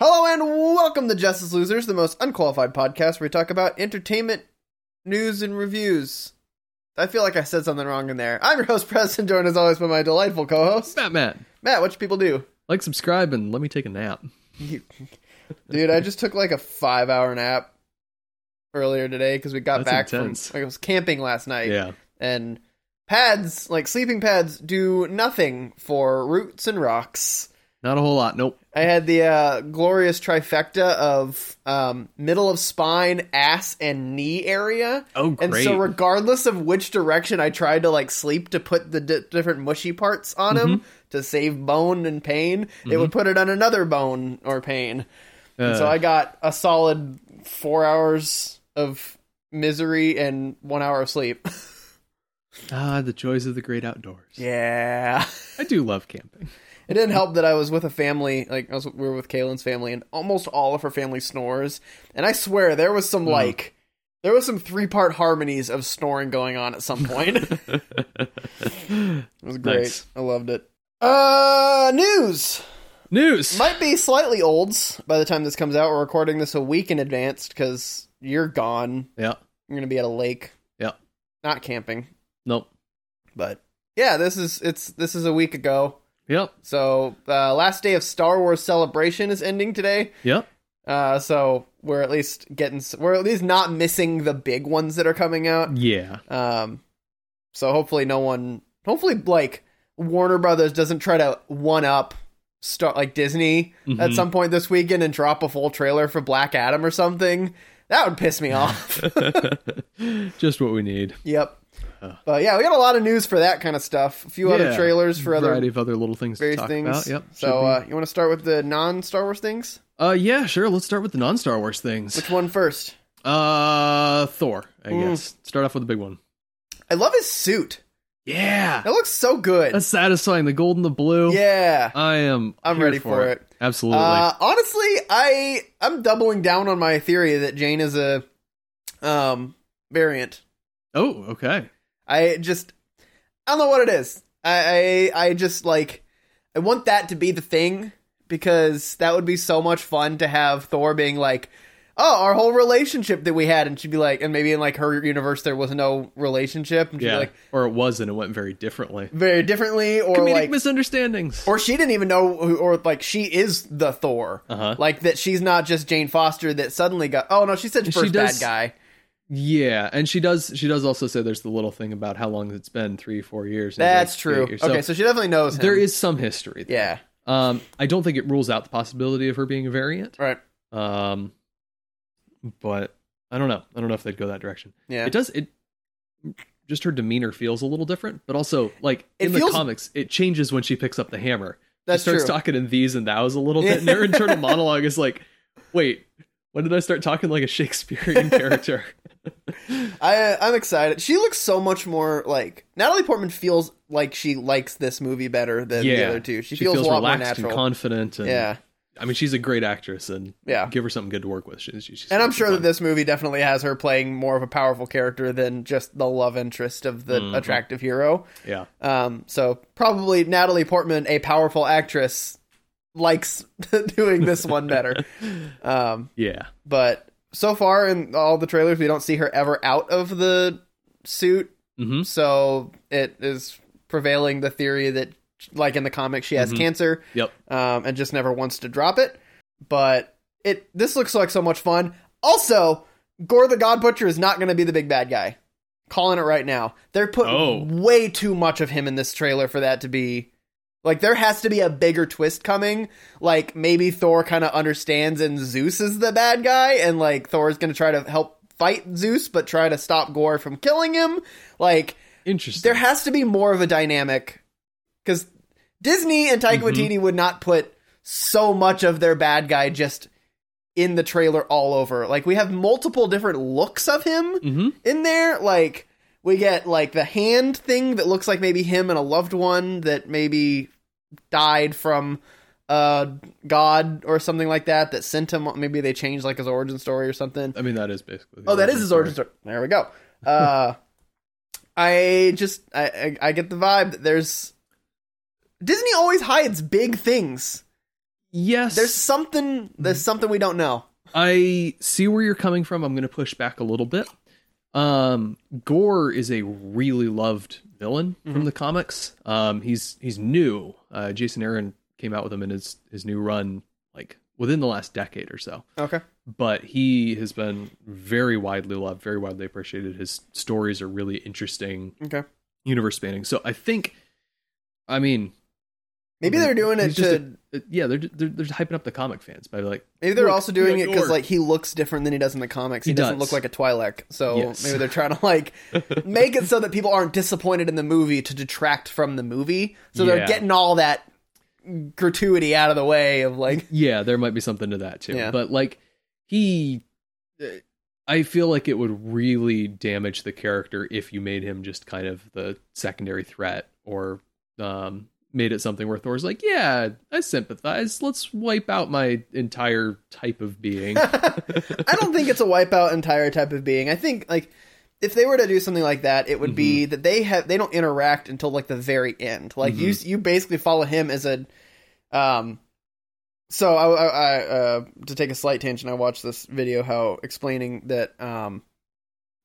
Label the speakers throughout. Speaker 1: Hello and welcome to Justice Losers, the most unqualified podcast where we talk about entertainment, news, and reviews. I feel like I said something wrong in there. I'm your host, Preston, joined as always by my delightful co host,
Speaker 2: Matt, Matt,
Speaker 1: Matt. What should people do?
Speaker 2: like, subscribe, and let me take a nap.
Speaker 1: Dude, I just took like a five hour nap earlier today because we got
Speaker 2: That's
Speaker 1: back
Speaker 2: intense.
Speaker 1: from. Like, I was camping last night.
Speaker 2: Yeah,
Speaker 1: And pads, like sleeping pads, do nothing for roots and rocks.
Speaker 2: not a whole lot. Nope.
Speaker 1: I had the uh, glorious trifecta of um, middle of spine, ass, and knee area.
Speaker 2: Oh,
Speaker 1: And
Speaker 2: great.
Speaker 1: so, regardless of which direction I tried to like sleep to put the di- different mushy parts on
Speaker 2: Mm-hmm.
Speaker 1: him to save bone and pain, it would put it on another bone or pain. And so
Speaker 2: Uh,
Speaker 1: I got a solid four hours of misery and one hour of sleep.
Speaker 2: ah, the joys of the great outdoors.
Speaker 1: yeah.
Speaker 2: I do love camping.
Speaker 1: It didn't help that I was with a family, like I was, we were with Kaylin's family, and almost all of her family snores. And I swear there was
Speaker 2: Hmm.
Speaker 1: some like, there was some three part harmonies of snoring going on at some point. it was great.
Speaker 2: Nice.
Speaker 1: I loved it. Uh, news
Speaker 2: News.
Speaker 1: might be slightly olds by the time this comes out. We're recording this a week in advance because you're gone.
Speaker 2: yeah.
Speaker 1: You're gonna be at a lake.
Speaker 2: Yeah.
Speaker 1: not camping,
Speaker 2: Nope.
Speaker 1: but yeah, this is it's this is a week ago.
Speaker 2: Yep.
Speaker 1: So uh, last day of Star Wars Celebration is ending today.
Speaker 2: Yep.
Speaker 1: Uh, so we're at least getting s- we're at least not missing the big ones that are coming out.
Speaker 2: Yeah.
Speaker 1: Um, so hopefully no one, hopefully like Warner Brothers doesn't try to one up star like Disney at
Speaker 2: Mhm.
Speaker 1: some point this weekend and drop a full trailer for Black Adam or something. That would piss me off.
Speaker 2: Just what we need.
Speaker 1: yep.
Speaker 2: Huh.
Speaker 1: But yeah, we got a lot of news for that kind of stuff. A few other
Speaker 2: Yeah.
Speaker 1: trailers for other
Speaker 2: variety of other little things to
Speaker 1: various
Speaker 2: talk
Speaker 1: things.
Speaker 2: about. Yep. should
Speaker 1: So uh, you want to start with the non Star Wars things?
Speaker 2: be. uh, yeah, sure. Let's start with the non-Star Wars things.
Speaker 1: Which one first?
Speaker 2: Uh, Thor. I
Speaker 1: Mm.
Speaker 2: guess. Start off with the big one.
Speaker 1: I love his suit.
Speaker 2: Yeah.
Speaker 1: That looks so good.
Speaker 2: That's satisfying. The gold and the blue.
Speaker 1: yeah.
Speaker 2: I am.
Speaker 1: I'm
Speaker 2: here
Speaker 1: ready for it.
Speaker 2: Absolutely.
Speaker 1: Uh, honestly, I I'm doubling down on my theory that Jane is a um variant.
Speaker 2: oh, okay.
Speaker 1: I just I don't know what it is. I I, I just like I want that to be the thing because that would be so much fun to have Thor being like, "Oh, our whole relationship that we had," and she'd be like, and maybe in like her universe there was no relationship, and she'd
Speaker 2: Yeah.
Speaker 1: be like
Speaker 2: or it was, and it went very differently.
Speaker 1: very differently, or
Speaker 2: Comedic
Speaker 1: like
Speaker 2: misunderstandings.
Speaker 1: or she didn't even know who- or like she is the thor
Speaker 2: Uh-huh.
Speaker 1: like that she's not just jane foster that suddenly got oh no she said
Speaker 2: She
Speaker 1: first bad
Speaker 2: does-
Speaker 1: guy
Speaker 2: yeah, and she does. She does also say there's the little thing about how long it's been three, four years. and
Speaker 1: that's
Speaker 2: it's
Speaker 1: true
Speaker 2: eight years.
Speaker 1: okay
Speaker 2: So
Speaker 1: so she definitely knows him.
Speaker 2: there is some history. There.
Speaker 1: yeah
Speaker 2: Um, I don't think it rules out the possibility of her being a variant.
Speaker 1: right
Speaker 2: Um, but I don't know. I don't know if they'd go that direction.
Speaker 1: yeah
Speaker 2: It does. It just her demeanor feels a little different, but also like
Speaker 1: It
Speaker 2: in
Speaker 1: feels-
Speaker 2: the comics, it changes when she picks up the hammer.
Speaker 1: that's
Speaker 2: she starts
Speaker 1: true
Speaker 2: talking in these and thous a little bit, and her internal monologue is like, "Wait, when did I start talking like a Shakespearean character?"
Speaker 1: i uh, i'm excited she looks so much more like natalie portman feels like she likes this movie better than the
Speaker 2: Yeah.
Speaker 1: other two she,
Speaker 2: She,
Speaker 1: feels,
Speaker 2: feels
Speaker 1: a lot more
Speaker 2: relaxed and
Speaker 1: natural
Speaker 2: confident, and
Speaker 1: yeah
Speaker 2: I mean, she's a great actress, and
Speaker 1: Yeah.
Speaker 2: give her something good to work with. She, she- she's
Speaker 1: and i'm
Speaker 2: gonna be
Speaker 1: sure that
Speaker 2: fun.
Speaker 1: this movie definitely has her playing more of a powerful character than just the love interest of the
Speaker 2: Mhm.
Speaker 1: attractive hero
Speaker 2: yeah,
Speaker 1: Um, so probably Natalie Portman, a powerful actress, likes doing this one better. Um,
Speaker 2: yeah,
Speaker 1: but so far in all the trailers, we don't see her ever out of the suit.
Speaker 2: hmm
Speaker 1: So it is prevailing the theory that, like in the comic, she has
Speaker 2: Mhm.
Speaker 1: cancer
Speaker 2: yep,
Speaker 1: um, and just never wants to drop it. But it this looks like so much fun. Also, Gore the God Butcher is not going to be the big bad guy. Calling it right now. They're putting
Speaker 2: Oh.
Speaker 1: way too much of him in this trailer for that to be like there has to be a bigger twist coming. Like maybe Thor kind of understands and Zeus is the bad guy and like Thor's going to try to help fight Zeus but try to stop Gore from killing him. Like
Speaker 2: interesting.
Speaker 1: there has to be more of a dynamic because Disney and Taika
Speaker 2: Mhm.
Speaker 1: Waititi would not put so much of their bad guy just in the trailer all over. Like we have multiple different looks of him
Speaker 2: hmm
Speaker 1: in there. Like we get like the hand thing that looks like maybe him and a loved one that maybe died from uh god or something like that that sent him maybe they changed like his origin story or something
Speaker 2: I mean, that is basically.
Speaker 1: Oh, that is his origin story. There we go. Uh, I just I, I I get the vibe that there's Disney always hides big things.
Speaker 2: yes,
Speaker 1: There's something. There's something we don't know.
Speaker 2: I see where you're coming from. I'm going to push back a little bit. Um, Gore is a really loved villain from the comics. Um, he's he's new. Uh, Jason Aaron came out with him in his his new run, like within the last decade or so.
Speaker 1: Okay.
Speaker 2: But he has been very widely loved, very widely appreciated. His stories are really interesting,
Speaker 1: Okay.
Speaker 2: universe spanning. So I think, I mean,
Speaker 1: Maybe they're doing it
Speaker 2: Mm-hmm. he's just
Speaker 1: to.
Speaker 2: a- uh, yeah, they're, they're they're hyping up the comic fans by like
Speaker 1: maybe they're
Speaker 2: look,
Speaker 1: also doing
Speaker 2: look,
Speaker 1: it because
Speaker 2: Gore.
Speaker 1: like he looks different than he does in the comics. He,
Speaker 2: He
Speaker 1: doesn't look
Speaker 2: does.
Speaker 1: like a Twi'lek. So
Speaker 2: Yes.
Speaker 1: maybe they're trying to like make it so that people aren't disappointed in the movie to detract from the movie. So they're
Speaker 2: Yeah.
Speaker 1: getting all that gratuity out of the way of like.
Speaker 2: yeah there might be something to that too
Speaker 1: Yeah.
Speaker 2: but like he uh, i feel like it would really damage the character if you made him just kind of the secondary threat or um made it something where thor's like yeah i sympathize let's wipe out my entire type of being
Speaker 1: I don't think it's a wipeout entire type of being. I think like if they were to do something like that, it would be that they have they don't interact until like the very end. Like you you basically follow him as a um. So I, I, I uh, to take a slight tangent, I watched this video how explaining that um,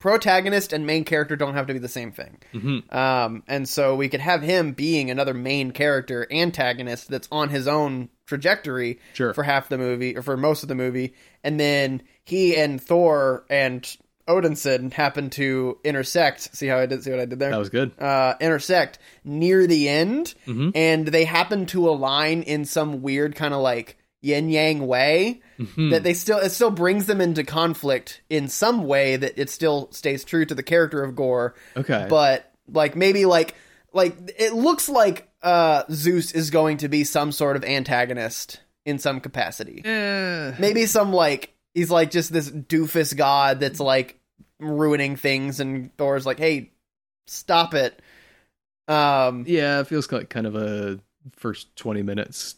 Speaker 1: protagonist and main character don't have to be the same thing.
Speaker 2: Mhm.
Speaker 1: Um, and so we could have him being another main character antagonist that's on his own trajectory
Speaker 2: sure
Speaker 1: for half the movie or for most of the movie, and then he and Thor and Odinson happen to intersect. See how I did? See what I did there?
Speaker 2: that was good
Speaker 1: uh, intersect near the end,
Speaker 2: Mhm.
Speaker 1: and they happen to align in some weird kind of like yin yang way
Speaker 2: Mhm.
Speaker 1: that they still it still brings them into conflict in some way that it still stays true to the character of Gore,
Speaker 2: okay
Speaker 1: but like maybe like like it looks like uh Zeus is going to be some sort of antagonist in some capacity.
Speaker 2: Eh,
Speaker 1: Maybe some like he's like just this doofus god that's like ruining things and Thor's like, "Hey, stop it." Um
Speaker 2: yeah it feels like kind of a first 20 minutes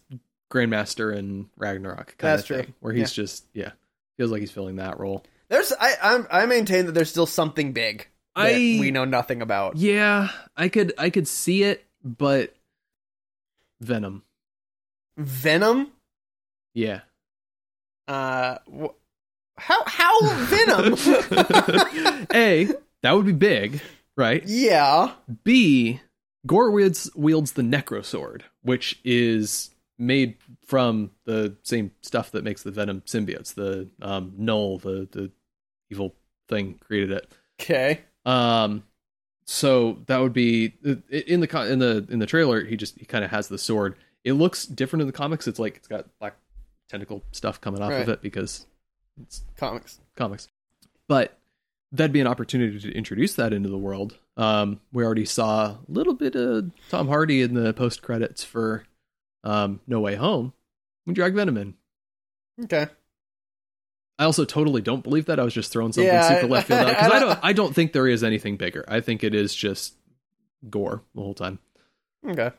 Speaker 2: grandmaster and ragnarok kind
Speaker 1: That's
Speaker 2: of
Speaker 1: true.
Speaker 2: thing where he's just yeah feels like he's filling that role
Speaker 1: there's I I'm, I maintain that there's still something big that
Speaker 2: I-
Speaker 1: we know nothing about.
Speaker 2: Yeah, I could I could see it, but Venom.
Speaker 1: Venom?
Speaker 2: Yeah.
Speaker 1: Uh wh- how how Venom?
Speaker 2: A, that would be big, right?
Speaker 1: yeah.
Speaker 2: B, Gore wields wields the Necro Sword, which is made from the same stuff that makes the Venom symbiotes. The um Null, the the evil thing created it.
Speaker 1: Okay.
Speaker 2: Um, so that would be in the co- in the in the trailer. He just he kind of has the sword. It looks different in the comics. It's like it's got black tentacle stuff coming off
Speaker 1: Right.
Speaker 2: of it because it's
Speaker 1: Comics.
Speaker 2: comics. But that'd be an opportunity to introduce that into the world. Um, we already saw a little bit of Tom Hardy in the post credits for um, No Way Home. We drag Venom in.
Speaker 1: Okay.
Speaker 2: I also totally don't believe that. I was just throwing something
Speaker 1: Yeah, I-
Speaker 2: super left field out because
Speaker 1: I
Speaker 2: I
Speaker 1: don't-
Speaker 2: don't. I don't think there is anything bigger. I think it is just gore the whole time.
Speaker 1: Okay.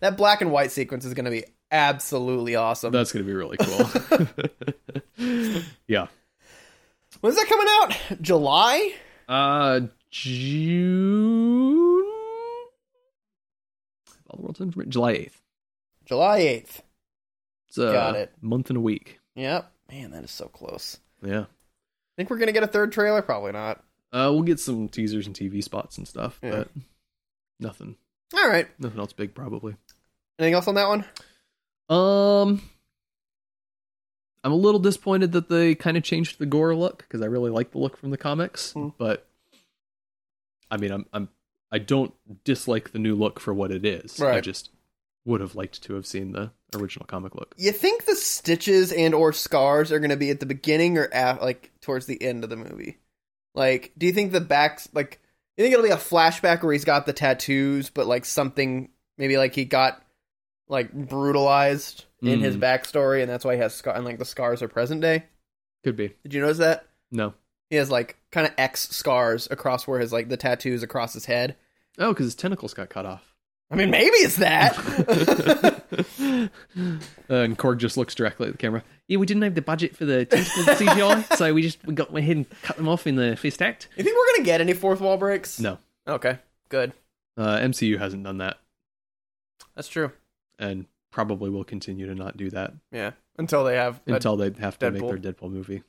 Speaker 1: That black and white sequence is going to be absolutely awesome.
Speaker 2: That's gonna be really cool. yeah.
Speaker 1: When's that coming out? July?
Speaker 2: Uh, June. All the world's information. July eighth.
Speaker 1: July 8th.
Speaker 2: So
Speaker 1: Got it.
Speaker 2: Month and a week.
Speaker 1: Yep. Man, that is so close.
Speaker 2: Yeah.
Speaker 1: Think we're going to get a third trailer? Probably not.
Speaker 2: Uh, we'll get some teasers and TV spots and stuff,
Speaker 1: Yeah.
Speaker 2: but nothing.
Speaker 1: All right.
Speaker 2: Nothing else big, probably.
Speaker 1: Anything else on that one?
Speaker 2: Um, I'm a little disappointed that they kind of changed the gore look because I really like the look from the comics.
Speaker 1: Hmm.
Speaker 2: But I mean, I'm I'm I don't dislike the new look for what it is. I
Speaker 1: Right.
Speaker 2: just would have liked to have seen the original comic look.
Speaker 1: You think the stitches and or scars are going to be at the beginning or af- like towards the end of the movie? Like, do you think the backs like you think it'll be a flashback where he's got the tattoos, but like something maybe like he got like brutalized in his
Speaker 2: Mm.
Speaker 1: backstory, and that's why he has scar and like the scars are present day.
Speaker 2: Could be
Speaker 1: Did you notice that
Speaker 2: no.
Speaker 1: he has like kind of X scars across where his like the tattoos across his head?
Speaker 2: Oh, because his tentacles got cut off.
Speaker 1: I mean, maybe it's that.
Speaker 2: Uh, and Korg just looks directly at the camera. Yeah, we didn't have the budget for the tentacle CGI, so we just we got went ahead and cut them off in the first act.
Speaker 1: you think we're gonna get any fourth wall breaks?
Speaker 2: No,
Speaker 1: Okay, good.
Speaker 2: uh, MCU hasn't done that.
Speaker 1: That's true.
Speaker 2: and probably will continue to not do that
Speaker 1: Yeah. Until they have a
Speaker 2: until they have to make their Deadpool movie.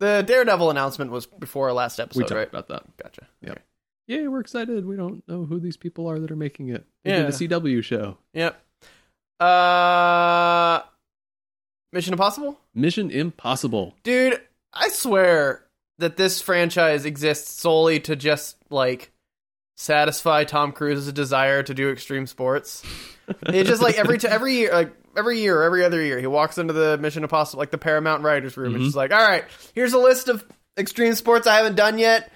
Speaker 1: The Daredevil announcement was before our last
Speaker 2: we
Speaker 1: episode,
Speaker 2: talked
Speaker 1: right?
Speaker 2: about that.
Speaker 1: Gotcha.
Speaker 2: Yep.
Speaker 1: Okay.
Speaker 2: Yeah, we're excited. We don't know who these people are that are making it. They
Speaker 1: Yeah.
Speaker 2: did a CW show.
Speaker 1: Yep. Uh, Mission Impossible,
Speaker 2: Mission Impossible.
Speaker 1: dude. I swear that this franchise exists solely to just like satisfy Tom Cruise's desire to do extreme sports. It's just like every t- every year, like every year, or every other year, he walks into the Mission Impossible, like the Paramount writers' room, and
Speaker 2: Mhm.
Speaker 1: she's like, "All right, here's a list of extreme sports I haven't done yet.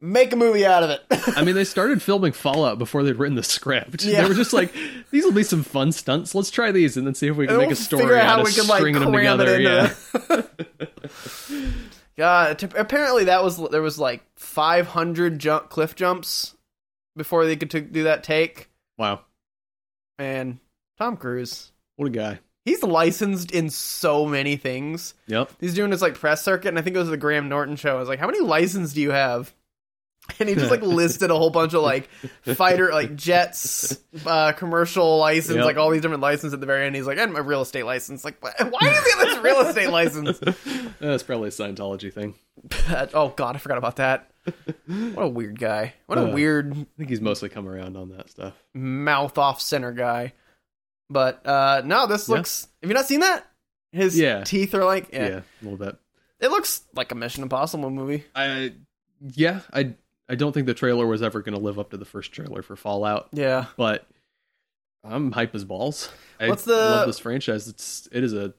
Speaker 1: Make a movie out of it."
Speaker 2: I mean, they started filming Fallout before they'd written the script.
Speaker 1: Yeah.
Speaker 2: They were just like, these will be some fun stunts. Let's try these and then see if we can
Speaker 1: And
Speaker 2: make
Speaker 1: we'll
Speaker 2: a story
Speaker 1: figure
Speaker 2: out, of
Speaker 1: we can, like,
Speaker 2: stringing them
Speaker 1: cram it
Speaker 2: together.
Speaker 1: into
Speaker 2: Yeah.
Speaker 1: it. yeah. t- apparently that was there was like 500 jump cliff jumps before they could t- do that take.
Speaker 2: Wow.
Speaker 1: And Tom Cruise,
Speaker 2: What a guy.
Speaker 1: he's licensed in so many things.
Speaker 2: Yep.
Speaker 1: He's doing his like press circuit, and I think it was the Graham Norton show. I was like, "How many licenses do you have?" And he just like listed a whole bunch of like fighter like jets uh, commercial license,
Speaker 2: Yep.
Speaker 1: like all these different licenses at the very end. He's like, "And my real estate license." Like, why why do you have this real estate license?
Speaker 2: That's Uh, probably a Scientology thing.
Speaker 1: oh God, I forgot about that. What a weird guy. What a
Speaker 2: Uh.
Speaker 1: weird
Speaker 2: I think he's mostly come around on that stuff.
Speaker 1: mouth off center guy. But uh no, this
Speaker 2: Yeah.
Speaker 1: looks. Have you not seen that? His
Speaker 2: Yeah.
Speaker 1: teeth are like
Speaker 2: Yeah,
Speaker 1: yeah.
Speaker 2: a little bit.
Speaker 1: It looks like a Mission Impossible movie.
Speaker 2: I, yeah, I, I don't think the trailer was ever going to live up to the first trailer for Fallout.
Speaker 1: Yeah.
Speaker 2: but I'm hype as balls. I
Speaker 1: What's the-
Speaker 2: love this franchise. It's it is a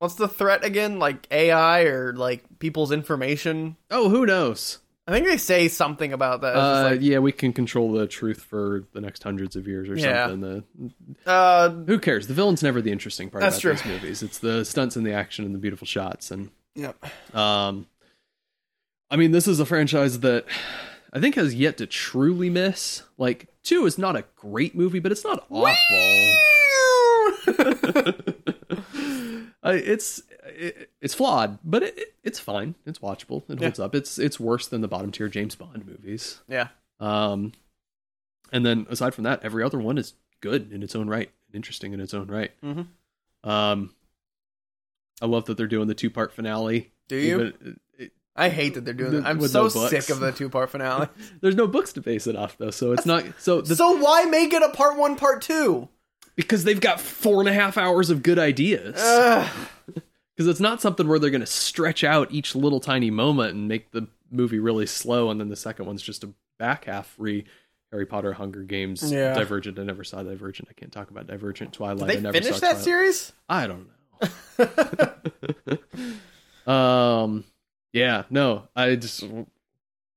Speaker 1: What's the threat again? Like AI or like people's information?
Speaker 2: oh who knows?
Speaker 1: I think they say something about that. It's
Speaker 2: Uh,
Speaker 1: just
Speaker 2: yeah, we can control the truth for the next hundreds of years or
Speaker 1: Yeah.
Speaker 2: something. The,
Speaker 1: like, uh,
Speaker 2: who cares? The villain's never the interesting part
Speaker 1: That's
Speaker 2: about
Speaker 1: true.
Speaker 2: these movies. It's the stunts and the action and the beautiful shots and
Speaker 1: yep.
Speaker 2: um. I mean, this is a franchise that I think has yet to truly miss. Like two is not a great movie, but it's not awful. I it's it, it's flawed, but it, it- it's fine. It's watchable. It
Speaker 1: Yeah.
Speaker 2: holds up. It's it's worse than the bottom tier James Bond movies.
Speaker 1: yeah.
Speaker 2: Um, and then aside from that, every other one is good in its own right, interesting in its own right.
Speaker 1: Mhm.
Speaker 2: Um, I love that they're doing the two part finale.
Speaker 1: Do you?
Speaker 2: Even- uh, it-
Speaker 1: I hate that they're doing that. I'm
Speaker 2: With
Speaker 1: so
Speaker 2: no books.
Speaker 1: sick of the two part finale.
Speaker 2: there's no books to base it off though, so it's not so the,
Speaker 1: so why make it a part one, part two?
Speaker 2: because they've got four and a half hours of good ideas.
Speaker 1: Ugh.
Speaker 2: because it's not something where they're going to stretch out each little tiny moment and make the movie really slow and then the second one's just a back half re harry potter hunger games
Speaker 1: Yeah.
Speaker 2: divergent i never saw divergent i can't talk about divergent twilight
Speaker 1: They
Speaker 2: i never
Speaker 1: finished
Speaker 2: saw
Speaker 1: that
Speaker 2: Twilight.
Speaker 1: series?
Speaker 2: i don't know um yeah no i just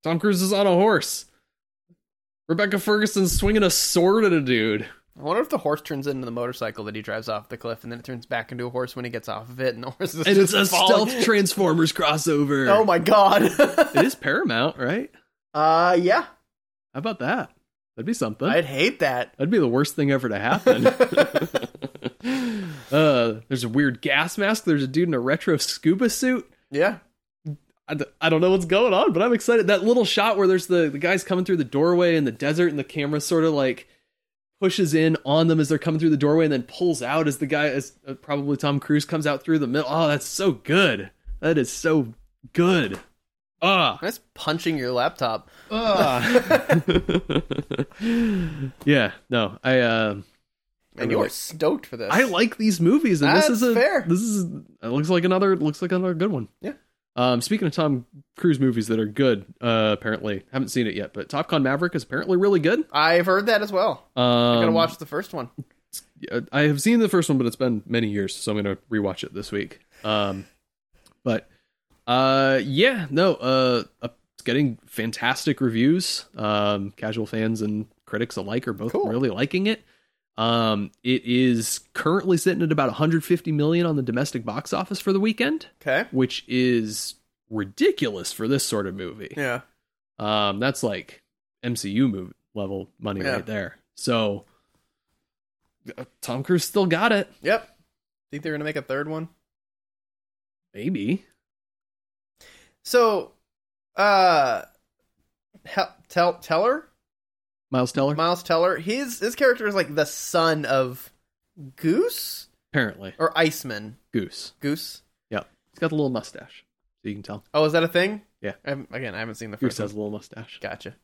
Speaker 2: tom cruise is on a horse rebecca ferguson's swinging a sword at a dude
Speaker 1: I wonder if the horse turns into the motorcycle that he drives off the cliff, and then it turns back into a horse when he gets off of it, and the horse is
Speaker 2: and it's a
Speaker 1: just falling.
Speaker 2: stealth transformers crossover
Speaker 1: Oh my god!
Speaker 2: it is paramount right
Speaker 1: uh, yeah,
Speaker 2: How about that? That'd be something.
Speaker 1: I'd hate that.
Speaker 2: That'd be the worst thing ever to happen. uh, there's a weird gas mask. There's a dude in a retro scuba suit.
Speaker 1: Yeah,
Speaker 2: I, d- I don't know what's going on, but I'm excited. That little shot where there's the, the guys coming through the doorway in the desert and the camera sort of like pushes in on them as they're coming through the doorway and then pulls out as the guy, as uh, probably Tom Cruise comes out through the middle. Oh, that's so good. That is so good. Ah.
Speaker 1: that's punching your laptop.
Speaker 2: yeah, no, I, um,
Speaker 1: And
Speaker 2: I
Speaker 1: you're
Speaker 2: really-
Speaker 1: stoked for this.
Speaker 2: I like these movies, and this
Speaker 1: That's
Speaker 2: is a
Speaker 1: fair.
Speaker 2: this is it looks like another it looks like another good one.
Speaker 1: Yeah.
Speaker 2: Um, speaking of Tom Cruise movies that are good, uh, apparently haven't seen it yet, but Top Gun Maverick is apparently really good.
Speaker 1: I've heard that as well.
Speaker 2: Um,
Speaker 1: I gotta watch the first one.
Speaker 2: uh, I have seen the first one, but it's been many years, so I'm gonna rewatch it this week. Um, but uh, yeah, no, uh, uh, it's getting fantastic reviews. Um, casual fans and critics alike are both
Speaker 1: Cool.
Speaker 2: really liking it. Um, it is currently sitting at about 150 million on the domestic box office for the weekend,
Speaker 1: Okay.
Speaker 2: which is ridiculous for this sort of movie.
Speaker 1: Yeah.
Speaker 2: Um, that's like MCU movie level money
Speaker 1: Yeah.
Speaker 2: right there. So uh, Tom Cruise still got it.
Speaker 1: Yep. Think they're gonna make a third one?
Speaker 2: Maybe.
Speaker 1: So, uh, hel- tell Teller
Speaker 2: Miles Teller,
Speaker 1: Miles Teller. His his character is like the son of Goose
Speaker 2: apparently
Speaker 1: or Iceman.
Speaker 2: Goose.
Speaker 1: Goose.
Speaker 2: Yeah, he's got the little mustache, so you can tell.
Speaker 1: Oh, is that a thing?
Speaker 2: Yeah.
Speaker 1: I haven't- again, I haven't seen the
Speaker 2: Goose
Speaker 1: first.
Speaker 2: has
Speaker 1: One.
Speaker 2: a little mustache.
Speaker 1: Gotcha.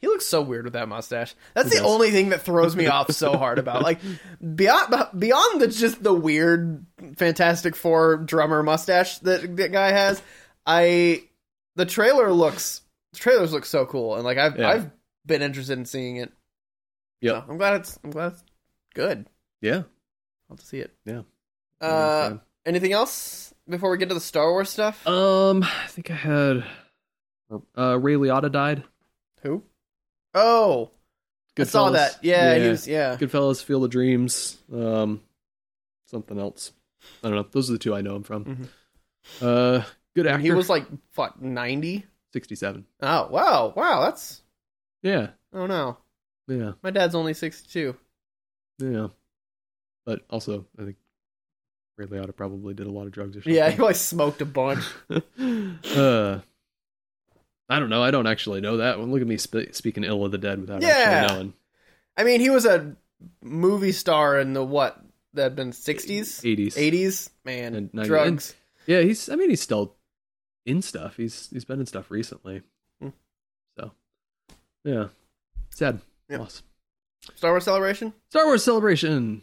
Speaker 1: He looks so weird with that mustache. That's
Speaker 2: He
Speaker 1: the
Speaker 2: does.
Speaker 1: only thing that throws me off so hard about like beyond beyond the just the weird Fantastic Four drummer mustache that that guy has. I the trailer looks the trailers look so cool and like I've
Speaker 2: Yeah.
Speaker 1: I've been interested in seeing it. So
Speaker 2: Yeah.
Speaker 1: I'm glad it's I'm glad it's good.
Speaker 2: Yeah.
Speaker 1: I'll see it.
Speaker 2: Yeah.
Speaker 1: Uh, anything else before we get to the Star Wars stuff?
Speaker 2: um, I think I had uh, Ray Liotta died.
Speaker 1: Who? Oh, I saw
Speaker 2: Goodfellas.
Speaker 1: that. Yeah, he
Speaker 2: Yeah.
Speaker 1: was. Yeah,
Speaker 2: Goodfellas, Field of Dreams, um, something else. I don't know. Those are the two I know him from.
Speaker 1: Mhm.
Speaker 2: Uh, good actor.
Speaker 1: and he was like what ninety.
Speaker 2: sixty-seven.
Speaker 1: Oh wow, wow, that's
Speaker 2: Yeah,
Speaker 1: oh no,
Speaker 2: yeah,
Speaker 1: my dad's only sixty-two.
Speaker 2: yeah. But also, I think Ray Liotta probably did a lot of drugs or something.
Speaker 1: Yeah, he like smoked a bunch.
Speaker 2: uh, I don't know. I don't actually know that one. Look at me sp- speaking ill of the dead without
Speaker 1: Yeah.
Speaker 2: actually knowing.
Speaker 1: I mean, he was a movie star in the what that had been sixties,
Speaker 2: Eighties.
Speaker 1: eighties. Man,
Speaker 2: And 90s.
Speaker 1: drugs.
Speaker 2: Yeah, he's. I mean, he's still in stuff. He's he's been in stuff recently.
Speaker 1: Hmm.
Speaker 2: So, yeah, sad
Speaker 1: Yeah.
Speaker 2: loss.
Speaker 1: Star Wars Celebration
Speaker 2: Star Wars Celebration.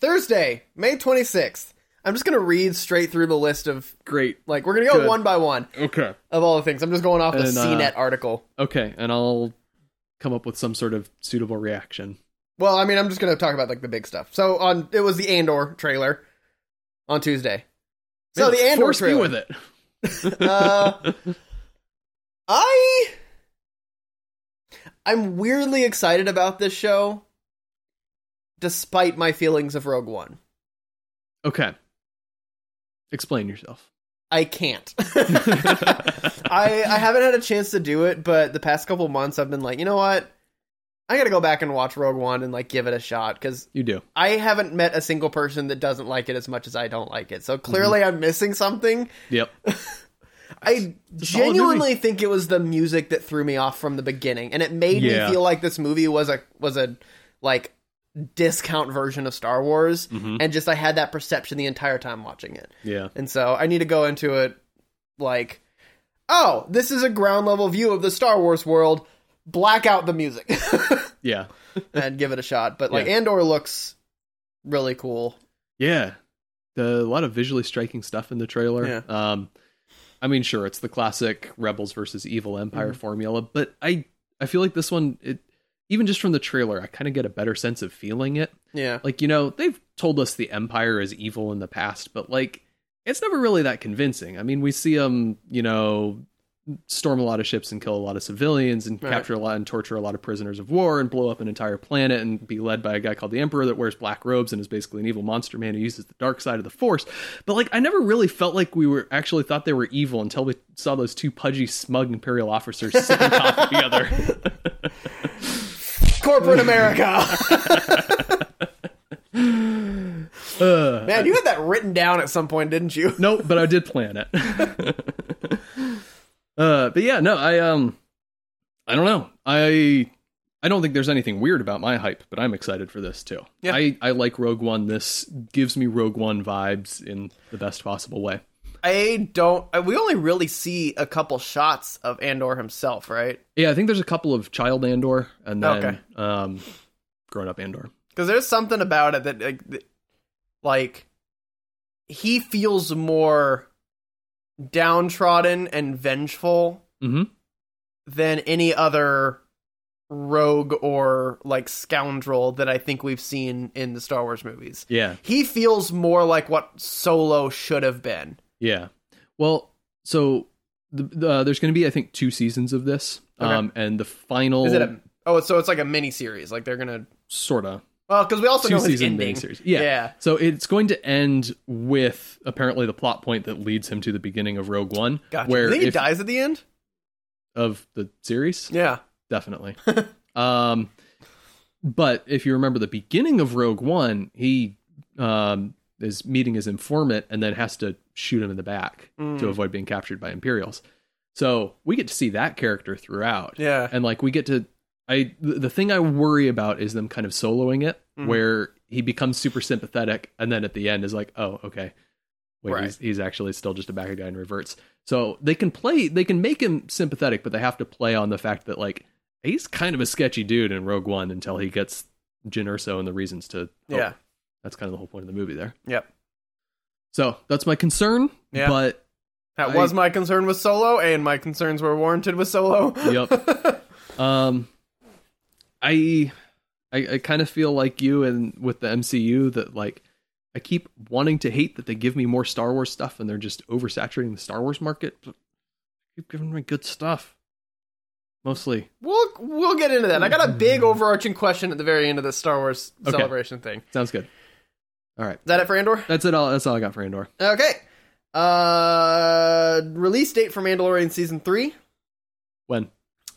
Speaker 1: Thursday, May twenty-sixth. I'm just gonna read straight through the list of
Speaker 2: Great.
Speaker 1: like we're gonna go
Speaker 2: Good.
Speaker 1: one by one
Speaker 2: Okay.
Speaker 1: of all the things. I'm just going off the
Speaker 2: And, uh,
Speaker 1: CNET article.
Speaker 2: Okay, and I'll come up with some sort of suitable reaction.
Speaker 1: Well, I mean, I'm just going to talk about like the big stuff. So on it was the Andor trailer on Tuesday. So
Speaker 2: Man,
Speaker 1: the Andor
Speaker 2: force me
Speaker 1: trailer.
Speaker 2: with it.
Speaker 1: Uh, I I'm weirdly excited about this show despite my feelings of Rogue One.
Speaker 2: okay. Explain yourself.
Speaker 1: I can't. I I haven't had a chance to do it, but the past couple months I've been like, you know what? I got to go back and watch Rogue One and like give it a shot cuz
Speaker 2: You do.
Speaker 1: I haven't met a single person that doesn't like it as much as I don't like it. So clearly I'm missing something.
Speaker 2: Yep.
Speaker 1: I
Speaker 2: a solid
Speaker 1: genuinely think it was the music that threw me off from the beginning and it made
Speaker 2: Yeah.
Speaker 1: me feel like this movie was a was a like discount version of Star Wars
Speaker 2: Mhm.
Speaker 1: and just I had that perception the entire time watching it.
Speaker 2: Yeah.
Speaker 1: And so I need to go into it like oh, this is a ground level view of the Star Wars world. Black out the music
Speaker 2: Yeah.
Speaker 1: and give it a shot. But like
Speaker 2: Yeah.
Speaker 1: Andor looks really cool.
Speaker 2: Yeah. The, a lot of visually striking stuff in the trailer.
Speaker 1: Yeah.
Speaker 2: Um I mean sure it's the classic Rebels versus Evil Empire
Speaker 1: Mhm.
Speaker 2: formula, but I I feel like this one it even just from the trailer I kind of get a better sense of feeling it.
Speaker 1: Yeah.
Speaker 2: Like you know, they've told us the empire is evil in the past, but like it's never really that convincing. I mean, we see them, you know, storm a lot of ships and kill a lot of civilians and
Speaker 1: Right.
Speaker 2: capture a lot and torture a lot of prisoners of war and blow up an entire planet and be led by a guy called the Emperor that wears black robes and is basically an evil monster man who uses the dark side of the Force. But like, I never really felt like we were actually thought they were evil until we saw those two pudgy, smug Imperial officers sipping coffee together.
Speaker 1: corporate America.
Speaker 2: Ugh.
Speaker 1: Man, you had that written down at some point, didn't you?
Speaker 2: nope, but I did plan it. uh, but yeah, no, I um, I don't know. I I don't think there's anything weird about my hype, but I'm excited for this too.
Speaker 1: Yeah.
Speaker 2: I I like Rogue One. This gives me Rogue One vibes in the best possible way.
Speaker 1: I don't. I- We only really see a couple shots of Andor himself, right?
Speaker 2: Yeah, I think there's a couple of Child Andor and then
Speaker 1: Okay.
Speaker 2: um, Grown Up Andor.
Speaker 1: Because there's something about it that, like, th- like, he feels more downtrodden and vengeful
Speaker 2: hmm
Speaker 1: than any other rogue or like scoundrel that I think we've seen in the Star Wars movies.
Speaker 2: Yeah,
Speaker 1: He feels more like what Solo should have been.
Speaker 2: yeah. Well, so. The, the, uh, there's going to be, I think, two seasons of this,
Speaker 1: Okay.
Speaker 2: um, and the final
Speaker 1: Is it a? Oh, so it's like a mini series. Like they're gonna.
Speaker 2: sort of
Speaker 1: Well, because we also
Speaker 2: two
Speaker 1: know his
Speaker 2: season
Speaker 1: ending.
Speaker 2: miniseries. Yeah.
Speaker 1: Yeah.
Speaker 2: So it's going to end with apparently the plot point that leads him to the beginning of Rogue One,
Speaker 1: Gotcha.
Speaker 2: where
Speaker 1: you think he
Speaker 2: if-
Speaker 1: dies at the end?
Speaker 2: of the series,
Speaker 1: Yeah.
Speaker 2: definitely. um, but if you remember the beginning of Rogue One, he um, is meeting his informant and then has to shoot him in the back
Speaker 1: Mm.
Speaker 2: to avoid being captured by Imperials. So we get to see that character throughout
Speaker 1: Yeah.
Speaker 2: and like we get to I th- the thing I worry about is them kind of soloing it
Speaker 1: Mhm.
Speaker 2: where he becomes super sympathetic and then at the end is like, "Oh, okay. Wait,
Speaker 1: Right.
Speaker 2: he's, he's actually still just a backer guy and reverts." So, they can play they can make him sympathetic, but they have to play on the fact that like he's kind of a sketchy dude in Rogue One until he gets Jyn Erso and the reasons to hope.
Speaker 1: Yeah.
Speaker 2: That's kind of the whole point of the movie there.
Speaker 1: Yep.
Speaker 2: So, that's my concern,
Speaker 1: Yeah.
Speaker 2: but
Speaker 1: That
Speaker 2: I-
Speaker 1: was my concern with Solo, and my concerns were warranted with Solo.
Speaker 2: Yep. Um, I, I, I kind of feel like you and with the MCU that like I keep wanting to hate that they give me more Star Wars stuff and they're just oversaturating the Star Wars market. But keep giving me good stuff, mostly.
Speaker 1: we'll we'll get into that. I got a big overarching question at the very end of the Star Wars
Speaker 2: Okay.
Speaker 1: celebration thing. Is
Speaker 2: Sounds good. All right,
Speaker 1: that it for Andor?
Speaker 2: that's it. All that's all I got for Andor.
Speaker 1: Okay. Uh, release date for Mandalorian season three.
Speaker 2: When